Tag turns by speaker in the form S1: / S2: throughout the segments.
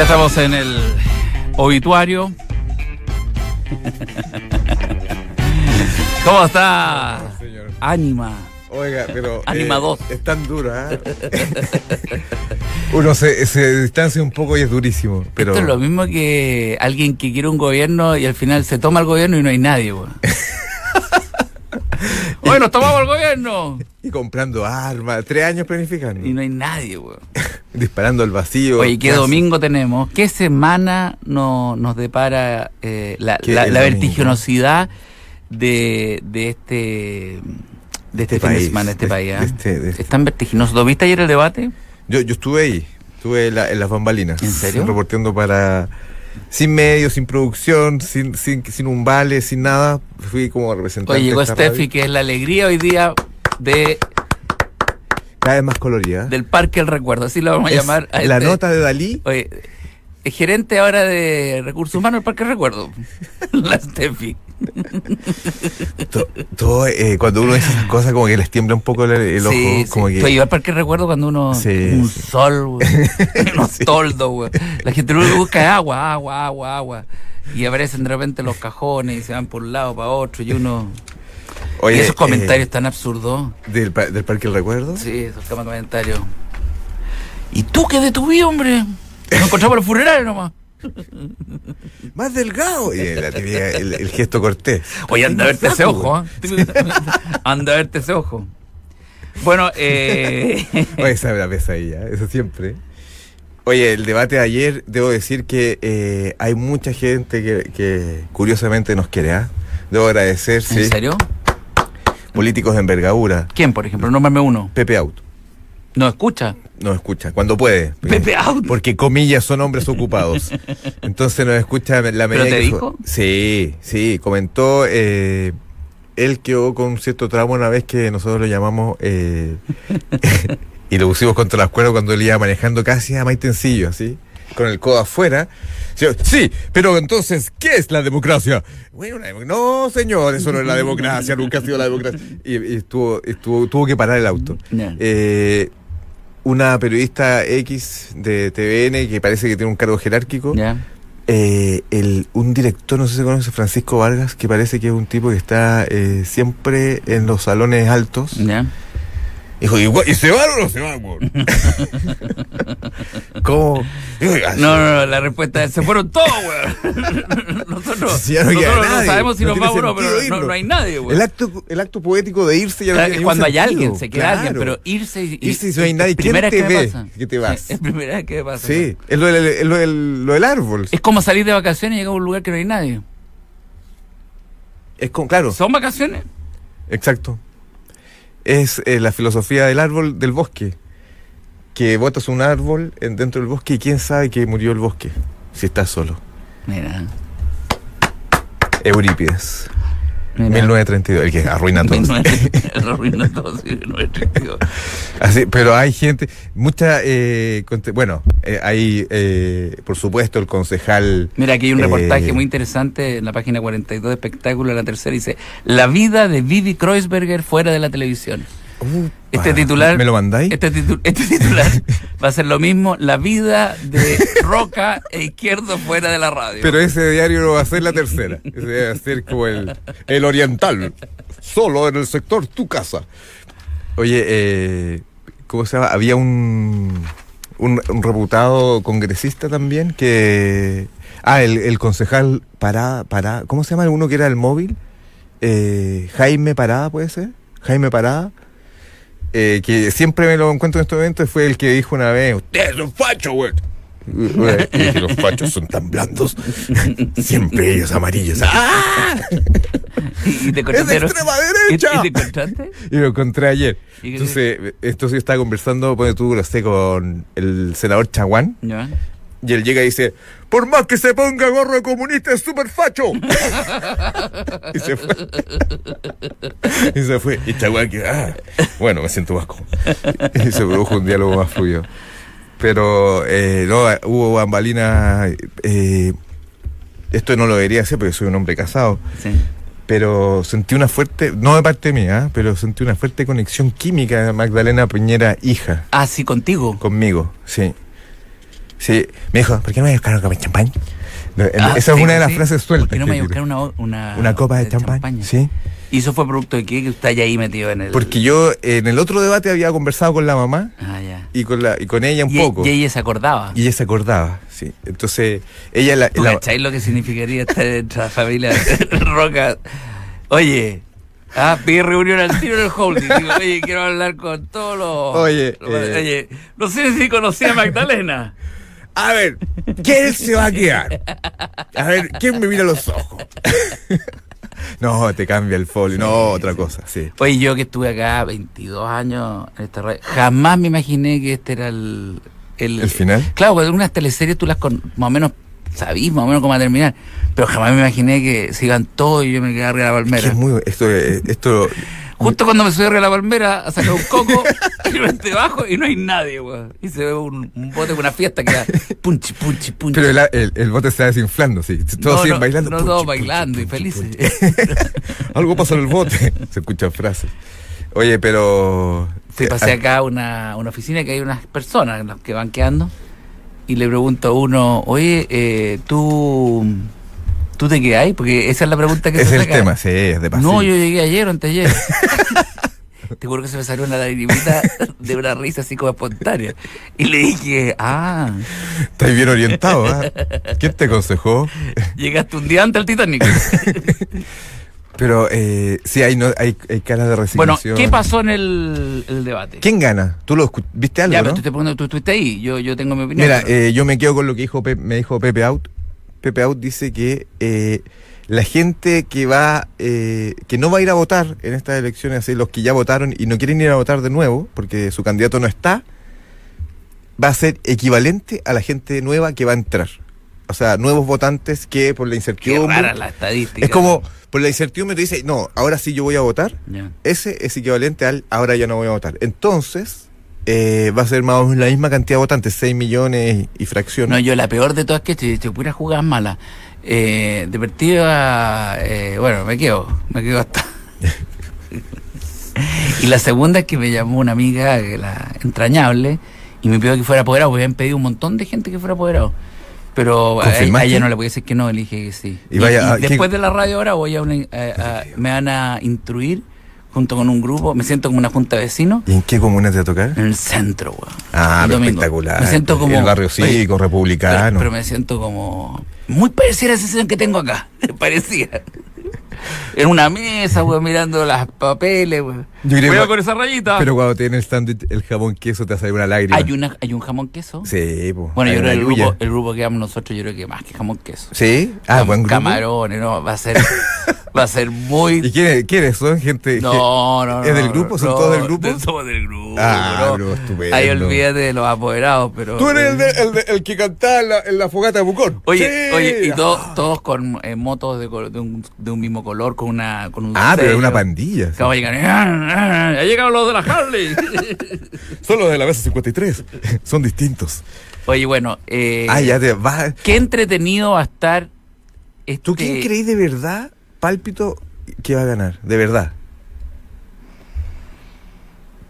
S1: Estamos en el obituario. ¿Cómo está?
S2: Señor.
S1: Ánima.
S2: Oiga, pero. eh,
S1: Ánima dos.
S2: Es tan dura. ¿eh? Uno se, se distancia un poco y es durísimo. Pero
S1: Esto es lo mismo que alguien que quiere un gobierno y al final se toma el gobierno y no hay nadie, weón. bueno, tomamos el gobierno.
S2: Y comprando armas, tres años planificando.
S1: Y no hay nadie, weón.
S2: Disparando al vacío.
S1: Oye, ¿qué
S2: Casi.
S1: domingo tenemos? ¿Qué semana no- nos depara eh, la,
S2: ¿Qué
S1: la-
S2: el
S1: la
S2: domingo?
S1: vertiginosidad de, de este de este, fin de
S2: país,
S1: semana, de este
S2: de-
S1: país? ¿eh?
S2: de este- de este.
S1: Es tan vertiginoso. ¿Lo viste ayer el debate?
S2: Yo, yo estuve ahí, estuve en, la- en las bambalinas.
S1: ¿En serio?
S2: Reporteando para. Sin medios, sin producción, sin, sin, sin un vale, sin nada. Fui como representante.
S1: Oye, llegó
S2: de esta radio.
S1: Steffi, que es la alegría hoy día de,
S2: Cada vez más colorida. ¿ah?
S1: del Parque El Recuerdo. Así lo vamos a
S2: Es
S1: llamar. a
S2: la
S1: este-
S2: nota de Dalí.
S1: Oye, es gerente ahora de Recursos Humanos del Parque El Recuerdo. la Steffi.
S2: To- todo, eh, cuando uno dice esas cosas, como que les tiembla un poco el, el ojo.
S1: Sí,
S2: como
S1: sí.
S2: que.
S1: Oye, yo al parque recuerdo cuando uno.
S2: Sí,
S1: un
S2: sí.
S1: sol, güey. unos
S2: Sí.
S1: toldos, güey. La gente lo único que busca es agua, agua, agua, agua. Y aparecen de repente los cajones y se van por un lado para otro. Y uno.
S2: Oye,
S1: y esos
S2: eh,
S1: comentarios tan absurdos.
S2: Del, pa- del Parque del Recuerdo.
S1: Sí, esos cam- comentarios. ¿Y tú qué de tu vida, hombre? Nos encontramos en los funerarios nomás.
S2: Más delgado. Y la típica- el, el gesto cortés.
S1: Oye, anda a verte ese
S2: Flaco,
S1: ojo, ¿eh? Anda a verte ese ojo. Bueno, eh.
S2: Oye, esa es la pesadilla, eso siempre. Oye, el debate de ayer, debo decir que eh, hay mucha gente que, que curiosamente nos quiere, ¿ah? Debo agradecer,
S1: ¿En
S2: sí,
S1: serio?
S2: políticos de envergadura.
S1: ¿Quién, por ejemplo? Nómame uno.
S2: Pepe Auto,
S1: ¿No escucha?
S2: nos escucha, cuando puede.
S1: Pepe Out.
S2: Porque comillas son hombres ocupados. Entonces nos escucha la medida
S1: te
S2: que su-
S1: dijo?
S2: Sí, sí, comentó. Eh, él quedó con un cierto trauma una vez que nosotros lo llamamos eh, y lo pusimos contra las cuerdas cuando él iba manejando casi a maitencillo, así, con el codo afuera. Sí, sí, pero entonces, ¿qué es la democracia? Bueno, la demo- no, señor, eso no es la democracia, nunca ha sido la democracia. Y, y estuvo, estuvo, tuvo que parar el auto.
S1: Ya.
S2: Eh, una periodista X de TVN que parece que tiene un cargo jerárquico.
S1: Ya.
S2: Eh, el, un director, no sé si se conoce, Francisco Vargas, que parece que es un tipo que está eh, siempre en los salones altos.
S1: Ya.
S2: Dijo, ¿y, gua- y se van o no se van, weón?" ¿Cómo? Dijo, "Ah,
S1: No, no, no, la respuesta es, se fueron todos, weón. Nosotros,
S2: Sí, ya no queda
S1: nosotros no
S2: nadie.
S1: sabemos si
S2: No
S1: nos
S2: tiene
S1: vamos o no, pero
S2: sentido
S1: no,
S2: irnos.
S1: no hay nadie,
S2: El
S1: weón.
S2: acto, el acto poético de irse ya no
S1: Claro,
S2: tiene ningún
S1: Cuando hay
S2: sentido.
S1: alguien, se queda alguien,
S2: Claro.
S1: pero irse y...
S2: Irse y si no hay nadie,
S1: primera vez
S2: ¿quién te
S1: que me
S2: ve
S1: pasa.
S2: que te vas?
S1: Sí, Es primera vez que me pasa.
S2: Sí, es lo del, es lo del- lo del árbol.
S1: Es como salir de vacaciones y llegar a un lugar que no hay nadie.
S2: Es con, claro,
S1: ¿Son vacaciones?
S2: exacto. Es eh, la filosofía del árbol del bosque. Que botas un árbol en- dentro del bosque y quién sabe que murió el bosque si estás solo.
S1: Mira.
S2: Eurípides,
S1: mira.
S2: 1932, el que arruina todo.
S1: 1932, Lo arruinó todo, sí, 1932.
S2: Así, pero hay gente, mucha, eh, conte- bueno, eh, hay, eh, por supuesto, el concejal
S1: Mira, aquí hay un
S2: Eh.
S1: reportaje muy interesante en la página 42 de Espectáculo, de la tercera, dice, La vida de Vivi Kreuzberger fuera de la televisión. Este
S2: Ah,
S1: titular.
S2: ¿Me lo mandáis?
S1: Este, titu- este titular va a ser lo mismo. La vida de Roca e Izquierdo fuera de la radio.
S2: Pero ese diario no va a ser la tercera. Ese va a ser como el, el oriental. Solo en el sector tu casa. Oye, eh, ¿cómo se llama? Había un, un, un reputado congresista también que. Ah, el, el concejal Parada, Parada. ¿Cómo se llama uno que era el móvil? Eh, Jaime Parada, ¿puede ser? Jaime Parada. eh, que siempre me lo encuentro en estos eventos, fue el que dijo una vez: Ustedes son fachos, güey. Güey, y dije, los fachos son tan blandos. Siempre ellos amarillos. ¡Ah!
S1: y, y te
S2: ¡Es de
S1: contrataron-
S2: extrema
S1: y-
S2: derecha!
S1: y te contrataste?
S2: Y lo encontré ayer.
S1: ¿Y qué
S2: Entonces, eh, esto sí estaba conversando, pone tú, lo sé, con el senador Chaguán.
S1: Ya.
S2: Y él llega y dice: Por más que se ponga gorro de comunista, es súper facho. y se fue. y se fue. Y Chaguán que, ah, bueno, me siento más cómodo. Y se produjo un diálogo más fluido. Pero eh, no, hubo bambalinas. eh, esto no lo debería hacer porque soy un hombre casado.
S1: Sí.
S2: Pero sentí una fuerte, no de parte mía, ¿ah? pero sentí una fuerte conexión química de Magdalena Piñera, hija,
S1: Ah, sí, contigo.
S2: conmigo, sí. Sí, me dijo, ¿por qué no me buscaron una copa de champán? No, en-
S1: Ah,
S2: esa es
S1: sí,
S2: una de las
S1: sí.
S2: frases sueltas.
S1: ¿Por qué no
S2: que
S1: me
S2: tiene.
S1: buscaron una, o- una,
S2: Una copa de champán,
S1: champaña?
S2: sí.
S1: ¿Y eso fue producto de qué? Que usted haya ahí metido en el...
S2: Porque yo en el otro debate había conversado con la mamá
S1: Ah, ya.
S2: y con, la, y con ella un
S1: Y, e-,
S2: poco.
S1: y ella se acordaba.
S2: Y ella se acordaba, sí. Entonces, ella la.
S1: ¿Tú
S2: la-
S1: cacháis lo que significaría estar entre la familia Roca? Oye, ah, pide reunión al tiro en el holding. Digo, oye, quiero hablar con todos los...
S2: Oye,
S1: los-
S2: eh.
S1: oye, no sé si conocía a Magdalena.
S2: A ver, ¿quién se va a quedar? A ver, ¿quién me mira a los ojos? no, te cambia el folio. no, otra cosa, sí.
S1: Oye, yo que estuve acá 22 años en esta radio, jamás me imaginé que este era el...
S2: ¿El final?
S1: Claro, porque unas teleseries tú las con, más o menos sabís más o menos cómo va a terminar, pero jamás me imaginé que se iban todos y yo me quedaba arriba de la
S2: Es que
S1: palmera.
S2: es muy. Esto. eh, esto
S1: Justo cuando me subí arriba de la palmera a sacar un coco, miro este bajo y no hay nadie, weón. Y se ve un, un bote con una fiesta que da punchi, punchi, punchi.
S2: pero el, el, el bote está desinflando, sí. Todos
S1: no,
S2: siguen
S1: no,
S2: bailando.
S1: No,
S2: Puchi,
S1: todos
S2: puchi,
S1: bailando y
S2: puchi,
S1: felices.
S2: puchi. Algo pasa en el bote. Se escuchan frases. Oye, pero. eh, ah,
S1: Sí, pasé acá a una, una oficina que hay unas personas en las que van quedando y le pregunto a uno, oye, eh, ¿tú, ¿tú te quedáis? Porque esa es la pregunta que
S2: Es
S1: se
S2: el
S1: saca.
S2: tema, sí, es de pasillo.
S1: No, yo llegué ayer o anteayer. Te juro que se me salió una lagrimita de una risa así como espontánea. Y le dije, ah,
S2: Estás bien orientado, ¿ah? ¿Quién te aconsejó?
S1: llegaste un día antes al Titanic.
S2: Pero eh, sí, hay, no, hay, hay caras de
S1: bueno,
S2: resignación.
S1: ¿qué pasó en el, el debate?
S2: ¿Quién gana? ¿Tú lo escu- viste algo,
S1: Ya,
S2: no?
S1: pero te estoy preguntando, tú estuviste ahí, yo, yo tengo mi opinión.
S2: Mira,
S1: pero-
S2: eh, yo me quedo con lo que dijo Pe- me dijo Pepe Out. Pepe Out dice que eh, la gente que va, eh, que no va a ir a votar en estas elecciones, así, los que ya votaron y no quieren ir a votar de nuevo, porque su candidato no está, va a ser equivalente a la gente nueva que va a entrar. O sea, nuevos votantes que por la
S1: Qué
S2: incertidumbre.
S1: rara la estadística.
S2: es como, por la incertidumbre dice, no, ahora sí yo voy a votar,
S1: Ya.
S2: ese es equivalente al ahora ya no voy a votar. Entonces, eh, va a ser más o menos la misma cantidad de votantes, 6 millones y fracción.
S1: No, yo la peor de todas que he hecho, puras jugadas malas. Eh, de partida, eh, bueno, me quedo, me quedo hasta. y la segunda es que me llamó una amiga, que la entrañable, y me pidió que fuera apoderado, porque habían pedido un montón de gente que fuera apoderado. Pero a, a
S2: ¿Confirmaste?
S1: ella no le podía decir que no, le dije que sí.
S2: Y vaya, ah, ¿qué-
S1: después de la radio ahora voy a, una- eh, a- a- me van a instruir junto con un grupo, me siento como una junta de vecinos
S2: ¿Y en qué comuna te va a tocar?
S1: en el centro, weón.
S2: Ah,
S1: Eh, El
S2: pero
S1: domingo.
S2: espectacular.
S1: Me siento como
S2: El barrio
S1: Oye,
S2: cívico, republicano.
S1: pero, pero me siento como. Muy parecida a la sensación que tengo acá. Parecida. En una mesa, güey, mirando las papeles, güey.
S2: Yo creo
S1: Cuidado
S2: que-
S1: con esa rayita.
S2: Pero cuando tienes el sándwich, el jamón queso, te hace una lágrima.
S1: hay, una, hay un jamón queso.
S2: Sí, po,
S1: Bueno,
S2: hay
S1: yo creo
S2: una
S1: que el
S2: yuya.
S1: grupo, el grupo que vamos nosotros, yo creo que más que jamón queso.
S2: ¿Sí? Ah,
S1: Con
S2: buen grupo.
S1: Camarones, no, va a ser. va a ser
S2: ¿Y
S1: muy.
S2: quiénes, quiénes son? Gente.
S1: No, no, no.
S2: ¿Es del
S1: no,
S2: grupo? ¿Son
S1: no,
S2: todos del grupo?
S1: no, Somos del grupo.
S2: Ah,
S1: no.
S2: bro, estupendo.
S1: Ahí olvídate de los apoderados, pero.
S2: Tú eres el, de- el de- el que cantaba en la, en la fogata de Bucón.
S1: Oye,
S2: Sí. Ah.
S1: oye, y to- todos con eh, motos de, col- de, un, de un mismo color, con una... Con un
S2: Ah, pero es una
S1: sello.
S2: pandilla. sí.
S1: Acabo de llegar, ¡ah, ah! ya llegaron los de la Harley.
S2: Son los de la mesa 53. Son distintos.
S1: oye, bueno, eh,
S2: ah, ya te vas.
S1: qué entretenido va a estar este...
S2: ¿Tú quién crees de verdad, pálpito, que va a ganar? De verdad.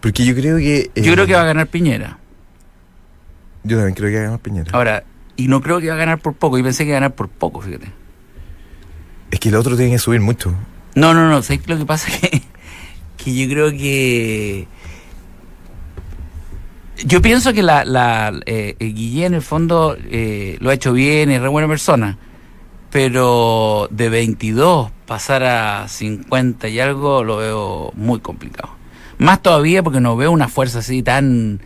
S2: Porque yo creo que. eh,
S1: Yo creo que va a ganar Piñera.
S2: Yo también creo que va a ganar Piñera.
S1: Ahora, y no creo que va a ganar por poco, yo pensé que iba a ganar por poco, fíjate.
S2: Es que el otro tiene que subir mucho.
S1: No, no, no, ¿sabes lo que pasa? Que, que yo creo que... Yo pienso que la, la eh, eh, Guillén, en el fondo, eh, lo ha hecho bien, es re buena persona. Pero de 22 pasar a 50 y algo lo veo muy complicado. Más todavía porque no veo una fuerza así tan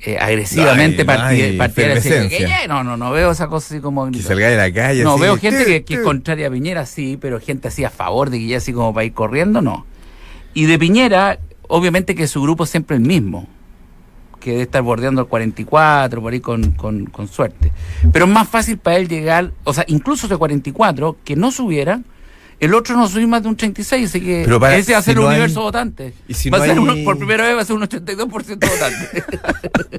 S1: eh, agresivamente
S2: No hay- no
S1: partida-
S2: hay
S1: partidaria. así de que,
S2: efervescencia.
S1: "Eh, no, no, no veo esa cosa así como...
S2: Que salga de la calle.
S1: No,
S2: así,
S1: veo gente
S2: tu,
S1: que, que es
S2: tu.
S1: contraria a Piñera, sí, pero gente así a favor de que ya así como para ir corriendo, no. Y de Piñera, obviamente que su grupo es siempre el mismo, que debe estar bordeando el 44, por ahí con, con, con suerte. Pero es más fácil para él llegar, o sea, incluso ese 44, que no subiera, el otro no sube más de un 36, así que
S2: Pero para-
S1: ese va a
S2: si
S1: ser
S2: no
S1: un
S2: hay-
S1: universo votante.
S2: y si
S1: va
S2: no
S1: a ser
S2: hay-
S1: uno- por primera vez va a ser un 82% votante.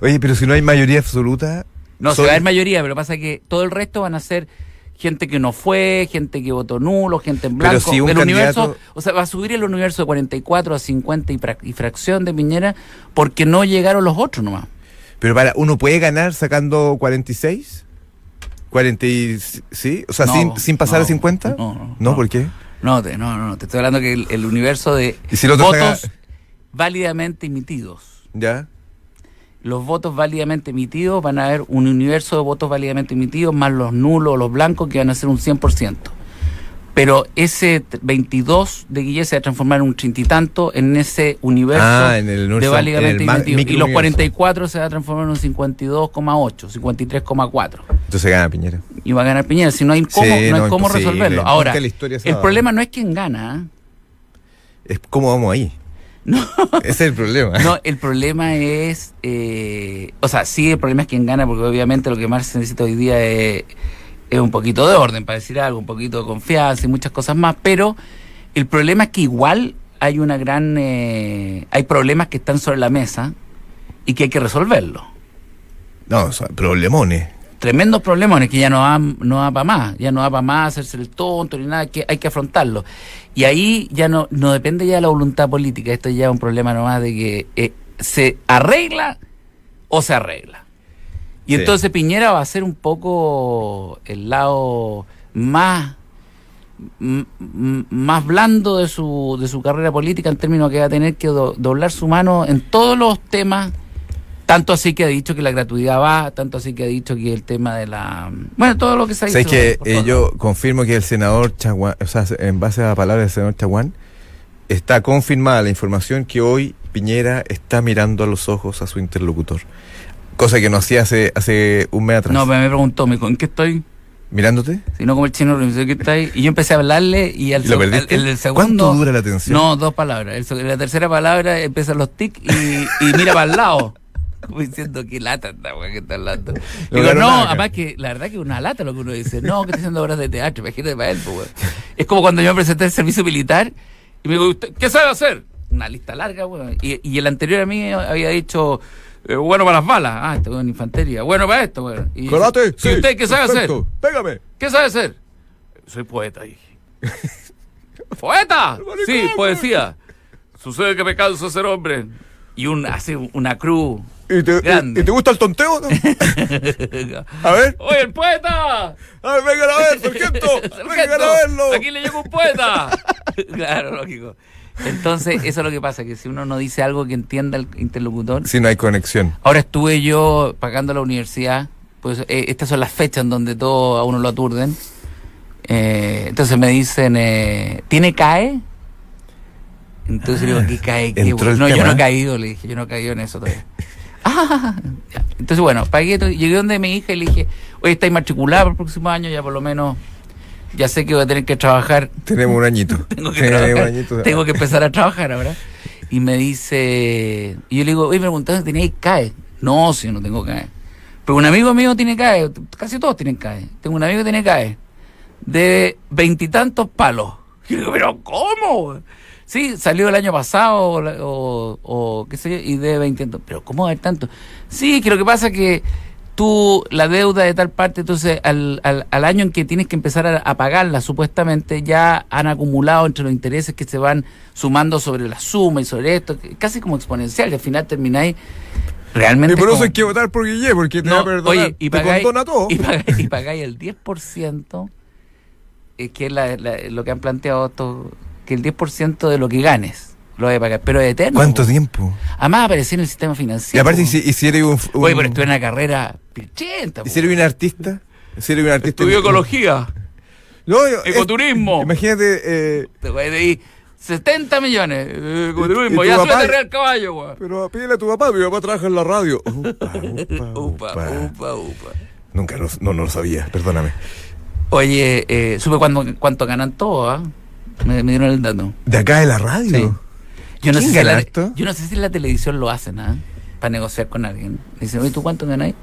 S2: Oye, pero si no hay mayoría absoluta.
S1: No, se
S2: son-
S1: va a haber mayoría, pero pasa que todo el resto van a ser gente que no fue, gente que votó nulo, gente en
S2: Pero
S1: blanco.
S2: si un
S1: el universo,
S2: candidato-
S1: o sea, va a subir el universo de 44 a 50 y, fra- y fracción de Piñera porque no llegaron los otros nomás.
S2: Pero para, ¿uno puede ganar sacando 46? 40 y- ¿Sí? O sea,
S1: No,
S2: sin, sin pasar
S1: no,
S2: a 50?
S1: no, no,
S2: no.
S1: no.
S2: ¿por qué?
S1: No, te, no, no, no, te estoy hablando que el, el universo de
S2: ¿Y si el otro
S1: votos
S2: saca-
S1: válidamente emitidos.
S2: ¿Ya?
S1: Los votos válidamente emitidos van a haber un universo de votos válidamente emitidos más los nulos, los blancos, que van a ser un 100%. Pero ese t- 22 de Guille se va a transformar en un treinta y tanto en ese universo
S2: Ah, en el
S1: de
S2: universo- en
S1: válidamente
S2: el ma-
S1: emitido. Y los
S2: microuniverso.
S1: 44 se va a transformar en un 52,8, 53,4.
S2: Entonces gana Piñera.
S1: y va a ganar Piñera. Si no hay cómo,
S2: Sí,
S1: no
S2: no,
S1: hay cómo
S2: imposible.
S1: resolverlo. Ahora,
S2: Nunca la historia se
S1: el
S2: va a-
S1: problema no es quién gana. ¿eh?
S2: Es ¿Cómo vamos ahí? Ese es el problema.
S1: No, el problema es. eh, o sea, sí, el problema es quién gana, porque obviamente lo que más se necesita hoy día es, es un poquito de orden, para decir algo, un poquito de confianza y muchas cosas más. Pero el problema es que igual hay una gran. eh, hay problemas que están sobre la mesa y que hay que resolverlos.
S2: No, son problemones.
S1: tremendos problemas que ya no va, no da para más, ya no da para más hacerse el tonto ni nada, que hay que afrontarlo. Y ahí ya no, no depende ya de la voluntad política, esto ya es un problema nomás de que eh, se arregla o se arregla. Y
S2: Sí.
S1: entonces Piñera va a ser un poco el lado más m- m- más blando de su, de su carrera política en términos que va a tener que do- doblar su mano en todos los temas tanto así que ha dicho que la gratuidad va, tanto así que ha dicho que el tema de la... Bueno, todo lo que se ha dicho. eh,
S2: ¿Sabes que
S1: por todos
S2: yo confirmo que el senador Chaguán, o sea, en base a la palabra del senador Chaguán, está confirmada la información que hoy Piñera está mirando a los ojos a su interlocutor. Cosa que no hacía hace, hace un mes atrás.
S1: lados. No, pero me preguntó, me dijo, ¿en qué estoy?
S2: ¿Mirándote?
S1: Si no como el chino, ¿en qué está ahí? Y yo empecé a hablarle y al
S2: ¿Y lo
S1: seg-
S2: perdiste?
S1: al- el segundo...
S2: ¿Cuánto dura la atención?
S1: No, dos palabras. El seg- la tercera palabra empiezan los tics y, y mira para el lado. Como diciendo, qué lata esta weá que está hablando.
S2: No
S1: Digo,
S2: ganó
S1: no,
S2: nada,
S1: además
S2: cara.
S1: que la verdad que es una lata lo que uno dice. No, que estoy haciendo obras de teatro, imagínate para él, pues, weón. Es como cuando yo me presenté al servicio militar y me digo, "¿Usted ¿qué sabe hacer? Una lista larga, weón. Y, y el anterior a mí había dicho, eh, bueno para las balas. Ah, este weón, infantería. Bueno para esto, weón. Y,
S2: Colate,
S1: ¿Y
S2: sí,
S1: usted qué sabe hacer?
S2: perfecto. Pégame.
S1: ¿Qué sabe hacer? Soy poeta, dije. ¿Poeta? Sí, poesía. Sucede que me canso de ser hombre. Y un, hace una cruz.
S2: ¿Y te,
S1: Grande.
S2: y- y te gusta el tonteo? no? A ver,
S1: ¡Oye, el poeta!
S2: a ver, vengan a ver, sargento. Vengan
S1: Sargento,
S2: a verlo.
S1: Aquí le llegó un poeta. claro, lógico. Entonces, eso es lo que pasa, que si uno no dice algo que entienda el interlocutor.
S2: Si no hay conexión.
S1: Ahora estuve yo pagando la universidad, pues eh, estas son las fechas en donde todo a uno lo aturden. Eh, entonces me dicen, eh, ¿tiene CAE? Entonces digo, ¿qué CAE? ¿Qué,
S2: Entró
S1: güey?
S2: el
S1: no, yo
S2: tema. ¿eh?
S1: no he caído, le dije, yo no he caído en eso todavía. Ah, ya. entonces bueno, pagué, todo, llegué donde mi hija y le dije, oye, estáis matriculada para el próximo año, ya por lo menos, ya sé que voy a tener que trabajar
S2: Tenemos un añito.
S1: tengo que
S2: Tenemos
S1: trabajar,
S2: un añito.
S1: tengo que empezar a trabajar ahora. Y me dice, y yo le digo, oye, me preguntaron si teníais CAE. No, si no tengo CAE. Pero un amigo mío tiene CAE, casi todos tienen CAE. Tengo un amigo que tiene CAE, de veintitantos palos. Y yo digo, pero ¿cómo? Sí, salió el año pasado o, la- o- o qué sé yo, y de veintitantos. Pero ¿cómo va a haber tanto? Sí, que lo que pasa es que tú, la deuda de tal parte, entonces al, al, al año en que tienes que empezar a, a pagarla, supuestamente ya han acumulado entre los intereses que se van sumando sobre la suma y sobre esto, que- casi como exponencial, que al final termináis realmente.
S2: Y por eso
S1: como-
S2: hay que votar por Guille, porque te va a
S1: no,
S2: perdonar.
S1: oye, y
S2: te
S1: pagáis,
S2: condona todo.
S1: y pagáis, y pagáis el 10%, es eh, que es la- la- lo que han planteado estos, que el 10% de lo que ganes lo vas a pagar, pero es eterno.
S2: ¿Cuánto
S1: po.
S2: tiempo?
S1: Además apareció en el sistema financiero.
S2: y aparte,
S1: po.
S2: y si, y si eres un, un-
S1: Oye, pero estuve en una carrera pichenta.
S2: y si eres un artista, si eres un artista.
S1: Estudió ecología,
S2: No, yo- es-
S1: ecoturismo.
S2: imagínate, eh,
S1: Te voy a decir, 70 millones. eh, Ecoturismo,
S2: ¿Y tu
S1: ya
S2: papá?
S1: suena real caballo, weón.
S2: pero pídele a tu papá, mi papá trabaja en la radio. Upa, upa,
S1: Upa,
S2: upa.
S1: upa, upa.
S2: Nunca lo, no, no lo sabía, perdóname.
S1: Oye, eh, supe cuándo- cuánto ganan todos, ¿ah? Me, me dieron el dato.
S2: De acá de la radio.
S1: Sí. Yo no, sé
S2: ¿Quién
S1: si en
S2: gana
S1: la,
S2: esto?
S1: yo no sé si en la televisión lo hacen, ¿ah? Para negociar con alguien. Dicen, oye, ¿tú cuánto ganáis?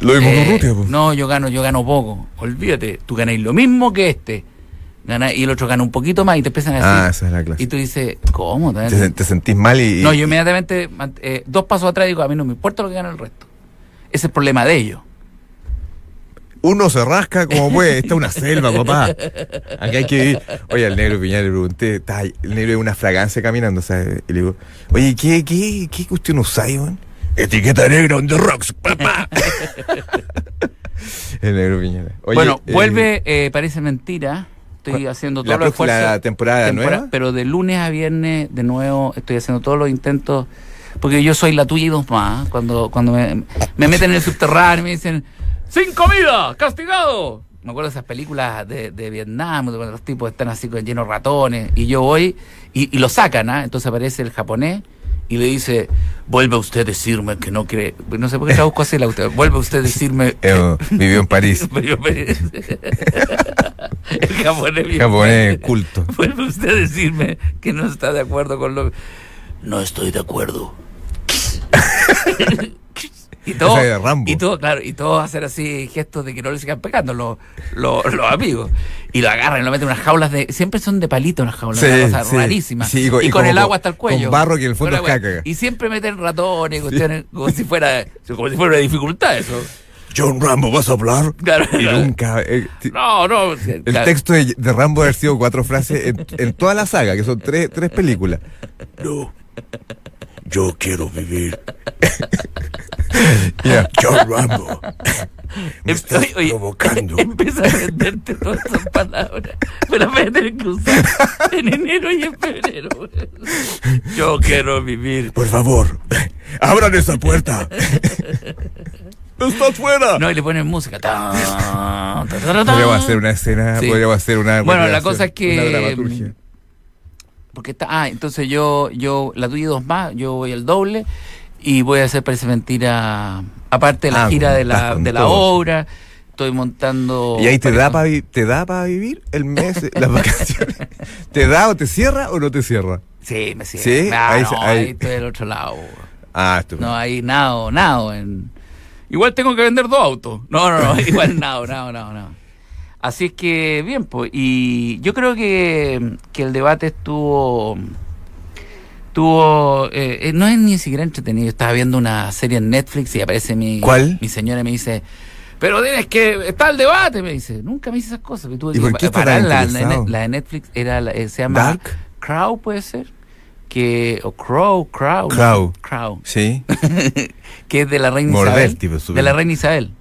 S2: Lo mismo
S1: Eh,
S2: con Rutia, po.
S1: no, yo gano, yo gano poco. Olvídate, tú ganáis lo mismo que este. Gana, y el otro gana un poquito más y te empiezan a decir.
S2: Ah, esa es la
S1: y
S2: clase.
S1: tú dices, ¿cómo?
S2: Te, te sentís mal y.
S1: No, yo inmediatamente, man- eh, dos pasos atrás, digo, a mí no me importa lo que gana el resto. Ese es el problema de ellos.
S2: Uno se rasca como puede. Esta es una selva, papá. Aquí hay que vivir. Oye, al negro Piñera le pregunté, "Está ahí, el negro es una fragancia caminando, ¿sabes? Y le digo, oye, ¿qué, qué, qué cuestión usáis, weón? Etiqueta negra on the rocks, papá. El negro Piñera. Oye,
S1: bueno,
S2: eh,
S1: vuelve, eh, parece mentira. Estoy
S2: ¿cuál-
S1: haciendo
S2: la
S1: todos los
S2: próxima
S1: esfuerzos.
S2: temporada
S1: Tempora-
S2: nueva.
S1: Pero de lunes a viernes, de nuevo, estoy haciendo todos los intentos. Porque yo soy la tuya y dos más. ¿ah? Cuando, cuando me, me meten en el subterráneo y me dicen: ¡Sin comida! ¡Castigado! Me acuerdo de esas películas de, de Vietnam, donde los tipos están así con llenos de ratones. Y yo voy y, y lo sacan, ¿ah? Entonces aparece el japonés y le dice: Vuelve usted a decirme que no cree. No sé por qué traduzco así el autor. Vuelve usted a decirme.
S2: eh, vivió en París.
S1: Pero me- el japonés bien-
S2: Japonés culto.
S1: Vuelve usted a decirme que no está de acuerdo con lo No estoy de acuerdo. y todo,
S2: Ese es Rambo.
S1: y todo, claro, y todo hacer así gestos de que no le sigan pegando los, los, los amigos. Y lo agarran y lo meten en unas jaulas de. Siempre son de palito las jaulas,
S2: Sí,
S1: una cosa
S2: sí.
S1: rarísima.
S2: Sí, y
S1: y
S2: co-
S1: con,
S2: y como
S1: el
S2: con-
S1: agua hasta el cuello.
S2: con barro que en el fondo
S1: Con el
S2: es
S1: agua-
S2: caca.
S1: Y siempre meten ratones, cuestiones, como si fuera, como si fuera una dificultad eso.
S2: John Rambo, ¿vas a hablar?
S1: Claro.
S2: Y nunca. eh, ti-
S1: No, no.
S2: el texto de, de Rambo ha sido cuatro frases en, en toda la saga, que son tres, tres películas.
S3: No. Yo quiero vivir.
S2: Ya.
S3: John Rambo. Me
S1: Em-
S3: estás
S1: oye, oye,
S3: provocando.
S1: Empieza a venderte todas esas palabras. Me las voy a tener que usar en enero y en febrero. weón. Yo quiero vivir.
S3: Por favor, abran esa puerta.
S2: ¡Estás fuera!
S1: No, y le ponen música. Ta, ta, ta, ta, ta.
S2: Podríamos hacer una escena,
S1: Sí.
S2: podríamos hacer una.
S1: Bueno, la
S2: recreación,
S1: cosa es que- mm,
S2: Una dramaturgia.
S1: Porque está, ah, entonces yo, yo, la tuya y dos más, yo voy al doble y voy a hacer Parece Mentira, aparte de la
S2: Ah,
S1: gira de
S2: estás
S1: la,
S2: con
S1: de la
S2: todo.
S1: obra, estoy montando...
S2: Y ahí te da
S1: varios-
S2: para te da para vivir el mes, las vacaciones. ¿Te da o te cierra o no te cierra?
S1: Sí, me sigue.
S2: Sí,
S1: Ah,
S2: ahí
S1: no,
S2: se-
S1: ahí...
S2: ahí-
S1: estoy del otro lado. weón.
S2: Ah, estupendo.
S1: No, ahí nada, nada. En... Igual tengo que vender dos autos. No, no, no, igual nada, nada, nada, nada. Así es que, bien, pues, y yo creo que, que el debate estuvo... Tuvo, eh, eh, no es ni siquiera entretenido. Estaba viendo una serie en Netflix y aparece mi,
S2: ¿Cuál?
S1: mi señora y me dice, pero tienes que, está el debate, me dice. Nunca me hice esas cosas. pero tuve
S2: ¿Y
S1: que
S2: por qué
S1: pa-
S2: estará
S1: parar. la,
S2: interesado?
S1: la- la de Netflix era, la- eh, se llama
S2: Dark.
S1: Crow, puede ser, que, o Crow, Crow. ¿no?
S2: Crow.
S1: Crow
S2: Sí.
S1: que es de la reina
S2: Morder,
S1: Isabel.
S2: tipo, supongo.
S1: de la reina Isabel.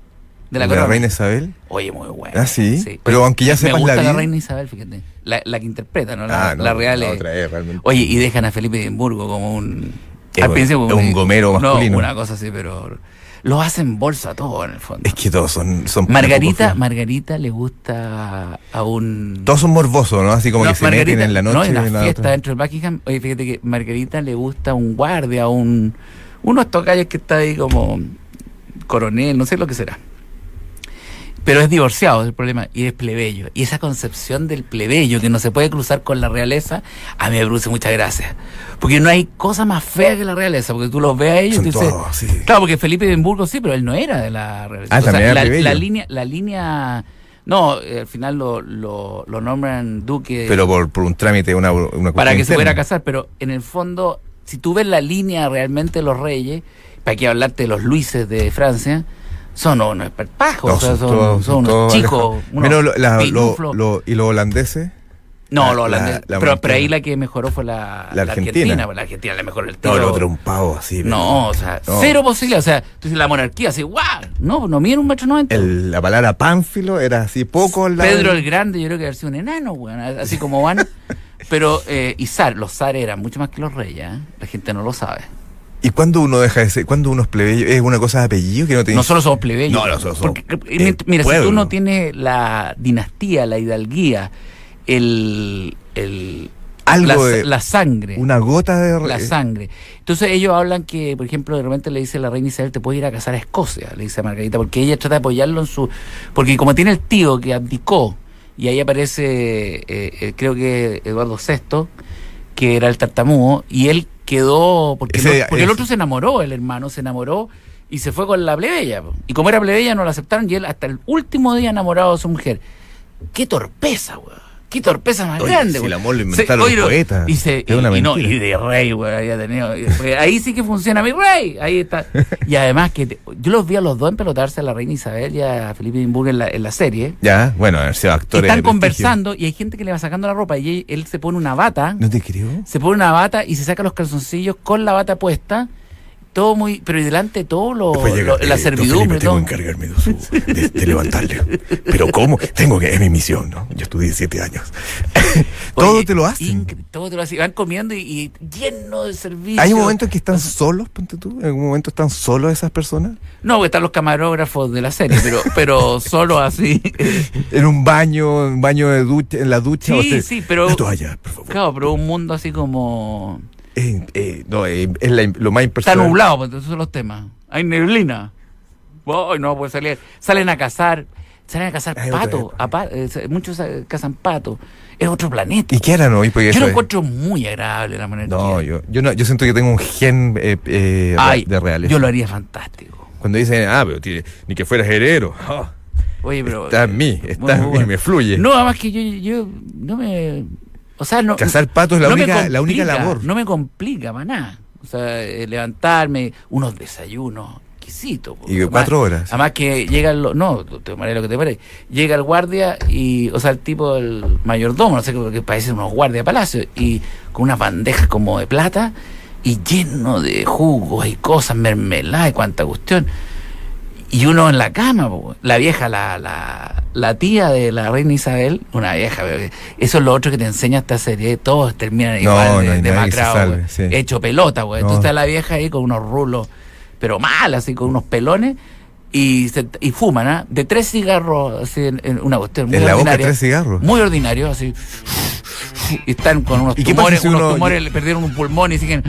S1: De la,
S2: ¿La
S1: corona.
S2: reina Isabel?
S1: Oye, muy buena.
S2: Ah, sí. Pero aunque ya
S1: se Me
S2: sepas
S1: gusta
S2: la
S1: la,
S2: vida.
S1: reina Isabel, fíjate. La, la que interpreta, ¿no? La,
S2: Ah, no,
S1: la real es-
S2: otra es realmente.
S1: Oye, y dejan a Felipe Edimburgo como un.
S2: Es un- es un gomero masculino.
S1: No, una cosa así, pero. Lo hacen bolsa todo en el fondo.
S2: Es que todos son. son
S1: Margarita, Margarita le gusta a un.
S2: Todos son morbosos, ¿no? Así como
S1: No,
S2: que se meten en la noche.
S1: No, en la
S2: en la
S1: fiesta
S2: otra.
S1: dentro del Buckingham. Oye, fíjate que Margarita le gusta un guardia, un unos tocayos que está ahí como coronel, no sé lo que será. Pero es divorciado es el problema y es plebeyo. Y esa concepción del plebeyo que no se puede cruzar con la realeza, a mí me produce mucha gracia. Porque no hay cosa más fea que la realeza, porque tú los ves a ellos
S2: Son
S1: y tú dices,
S2: todos, sí.
S1: Claro, porque Felipe de Edimburgo sí, pero él no era de la realeza.
S2: Ah, también era
S1: la,
S2: plebeyo.
S1: la línea, la línea. No, eh, al final lo, lo, lo nombran duque
S2: Pero por, por un trámite, una, una cuestión
S1: para que se
S2: interna.
S1: pudiera casar, pero en el fondo, si tú ves la línea realmente de los reyes, para qué hablarte de los Luises de Francia, son unos esparpajos,
S2: No,
S1: o sea,
S2: son
S1: son,
S2: todos-
S1: son unos
S2: todos
S1: chicos,
S2: alejados.
S1: unos
S2: Menos lo- la- lo-
S1: pinuflos.
S2: lo- ¿Y los holandeses?
S1: no,
S2: la-
S1: los holandeses.
S2: la- la
S1: pero, pero ahí
S2: Argentina.
S1: la que mejoró fue la,
S2: La
S1: la
S2: Argentina.
S1: Argentina. pues la Argentina le mejoró el tiro.
S2: No, el otro un pavo así.
S1: No, o sea,
S2: No.
S1: cero posibilidad. O sea, tú dices la monarquía, así, ¡guau! No, no mide un metro noventa.
S2: El- la palabra pánfilo era así poco. al lado
S1: Pedro
S2: del-
S1: el Grande, yo creo que había sido un enano, weón, así como van. Pero, eh, y zar, los zar eran mucho más que los reyes, ¿eh? la gente no lo sabe.
S2: ¿Y cuándo uno deja de ser? ¿Cuándo uno es plebeyo? ¿Es una cosa de apellido que no te
S1: Nosotros somos plebeyos.
S2: No, nosotros somos
S1: Porque, eh,
S2: el
S1: mira, si
S2: pueblo.
S1: tú no tienes la dinastía, la hidalguía, el. el
S2: Algo
S1: la,
S2: de-
S1: la sangre.
S2: Una gota de.
S1: La
S2: eh,
S1: sangre. Entonces ellos hablan que, por ejemplo, de repente le dice la reina Isabel, te puedes ir a casar a Escocia, le dice a Margarita, porque ella trata de apoyarlo en su... Porque como tiene el tío que abdicó, y ahí aparece, eh, eh, creo que Eduardo VI, que era el tartamudo, y él quedó, porque,
S2: Ese-
S1: el, porque el
S2: ese-
S1: otro se enamoró, el hermano se enamoró. Y se fue con la plebeya. po. Y como era plebeya, no la aceptaron. Y él, hasta el último día, enamorado de su mujer. ¡Qué torpeza, weón! ¡Qué torpeza más
S2: Oye,
S1: grande,
S2: si
S1: weón!
S2: el amor lo
S1: Se-
S2: inventaron
S1: oye,
S2: los
S1: no,
S2: poetas,
S1: Y, se-
S2: es
S1: y-
S2: una
S1: y no,
S2: mentira.
S1: y de rey, weón, había tenido. y- porque Ahí sí que funciona mi rey. Ahí está. Y además que te- yo los vi a los dos empelotarse a la reina Isabel y a Felipe Edimburgo en la, en la serie.
S2: Ya, bueno, a ver si
S1: Y
S2: actores.
S1: están
S2: de prestigio.
S1: conversando y hay gente que le va sacando la ropa y él, él se pone una bata
S2: No te creo.
S1: se pone una bata y se saca los calzoncillos con la bata puesta todo muy, pero y delante de todo lo,
S2: Después llega,
S1: Oh, lo- la
S2: eh, don
S1: servidumbre,
S2: Felipe, tengo
S1: ¿no?
S2: que encargarme de, su- de- de levantarle. Pero ¿cómo? Tengo que, es mi misión, ¿no? Yo estudié siete años. Todo
S1: Oye,
S2: te lo hacen.
S1: incre- todo te lo hacen. Van comiendo y, y lleno de servicio.
S2: ¿Hay un momento en que están solos, ponte tú? ¿En algún momento están solos esas personas?
S1: No, porque están los camarógrafos de la serie, pero, pero solo así.
S2: ¿En un baño, en un baño de ducha, en la ducha?
S1: Sí, sí, pero.
S2: La toalla, por favor.
S1: Claro, pero un mundo así como.
S2: Eh, eh, no, eh, es la- lo más
S1: Está
S2: impresionante.
S1: nublado, pues, esos son los temas. Hay neblina. Ay, no puede salir. Salen a cazar. Salen a cazar
S2: Hay otra
S1: pato.
S2: época.
S1: a pa- eh, se- muchos eh, cazan pato. Es otro planeta.
S2: ¿Y qué harán hoy? Porque
S1: Yo
S2: eso
S1: lo
S2: es-
S1: encuentro muy agradable la manera
S2: No, yo, yo no, yo siento que tengo un gen eh, eh,
S1: Ay,
S2: de reales.
S1: Yo lo haría fantástico.
S2: Cuando dicen, ah, pero tiene- ni que fueras herero. Ah,
S1: Oye, pero.
S2: está en mí, está
S1: Bueno,
S2: en mí,
S1: bueno.
S2: me fluye.
S1: No, además que yo, yo no me. O sea, no.
S2: Cazar patos es la,
S1: no me
S2: única, la única
S1: complica,
S2: labor.
S1: No me complica para nada. O sea, eh, levantarme, unos desayunos exquisitos. po.
S2: Y de
S1: Además-
S2: cuatro horas.
S1: Además que llega los. No, te tomaré lo que te pare. Llega el guardia y. O sea, el tipo, el mayordomo, no sé, que parecen unos guardias de palacio. Y con unas bandejas como de plata y lleno de jugos y cosas, mermelada y cuánta cuestión. Y uno en la cama, po. la vieja, la, la, la tía de la reina Isabel, una vieja. pero que- Eso es lo otro que te enseña esta serie. Todos terminan
S2: no
S1: igual, de,
S2: hay nadie que se
S1: demacrado,
S2: salve,
S1: güey.
S2: sí.
S1: hecho pelota. güey.
S2: No.
S1: Entonces está la vieja ahí con unos rulos, pero mal, así con unos pelones. Y, se- y fuman, ¿ah? De tres cigarros, así, en, en una cuestión muy
S2: En la boca
S1: ordinaria.
S2: tres cigarros.
S1: Muy ordinario, así. Y están con unos
S2: ¿Y qué pasa
S1: tumores,
S2: si
S1: unos
S2: uno-
S1: tumores, le perdieron un pulmón y siguen.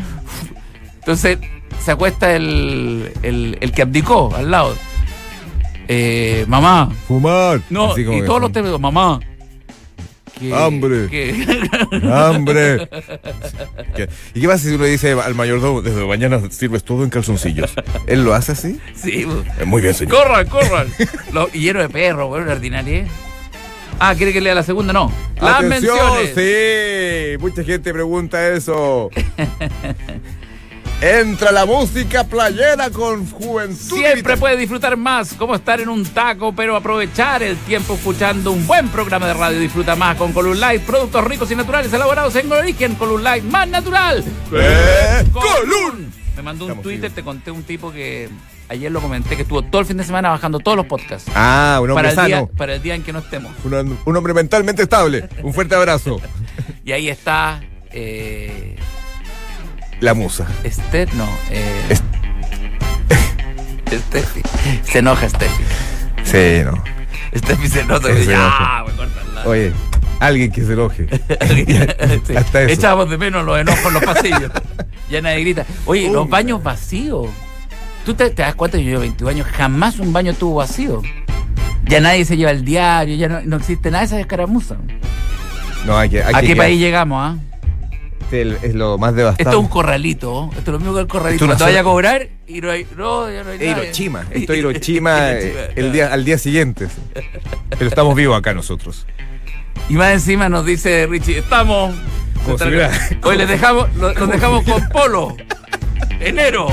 S1: Entonces se acuesta el, el, el que abdicó al lado. Eh, mamá.
S2: Fumar.
S1: No,
S2: Así como
S1: y
S2: que
S1: todos los
S2: fum-
S1: temas, mamá. que-
S2: Hambre.
S1: que-
S2: ¡Hambre! ¿Qué- ¿Y qué pasa si uno dice al mayordomo, desde mañana sirves todo en calzoncillos? ¿Él lo hace así?
S1: sí, pues.
S2: Eh, Muy bien, señor.
S1: corran, corran. Los y lleno de perros, bueno, ordinario. ¿eh? Ah, ¿quiere que lea la segunda? No. Las
S2: ¡Atención!
S1: menciones.
S2: Sí, mucha gente pregunta eso. Entra la música playera con juventud.
S1: Siempre puede disfrutar más, como estar en un taco, pero aprovechar el tiempo escuchando un buen programa de radio. Disfruta más con Column Light, productos ricos y naturales elaborados en origen. Column Light, más natural.
S2: Eh,
S1: Column. Me mandó un
S2: Estamos
S1: Twitter,
S2: vivos.
S1: te conté un tipo que ayer lo comenté, que estuvo todo el fin de semana bajando todos los podcasts.
S2: Ah, un
S1: Para
S2: hombre
S1: el,
S2: sano.
S1: día, para el día en que no estemos.
S2: Un, un hombre mentalmente estable. Un fuerte abrazo.
S1: Y ahí está eh,
S2: La musa.
S1: Esther, no. eh,
S2: Es-
S1: Steffi. Se enoja Steffi.
S2: Sí, no.
S1: Steffi se enoja.
S2: Sí, se
S1: ya,
S2: enoja.
S1: voy a cortarla.
S2: Oye, alguien que se enoje.
S1: Sí.
S2: Hasta eso.
S1: Echábamos de menos los enojos en los pasillos. ya nadie grita. Oye, los
S2: Uy.
S1: baños vacíos. ¿Tú te, te das cuenta que yo llevo 22 años? Jamás un baño tuvo vacío. Ya nadie se lleva el diario, ya no, no existe nada de esa escaramuza.
S2: No, hay que. hay
S1: ¿A
S2: que
S1: qué
S2: quedar-
S1: país llegamos, ah?
S2: Este es el- es lo más
S1: Esto
S2: devastado.
S1: es un corralito, ¿oh? esto es lo mismo que el corralito.
S2: Esto es una
S1: Cuando vaya a
S2: sola-
S1: cobrar y no hay. No, ya no hay
S2: Eh,
S1: nada.
S2: Hiroshima. Esto es Hiroshima eh, el día, al día siguiente. sí. Pero estamos vivos acá nosotros.
S1: Y más encima nos dice Richie, estamos.
S2: Como si hubiera-
S1: Hoy les dejamos, lo- los dejamos con Polo. Enero.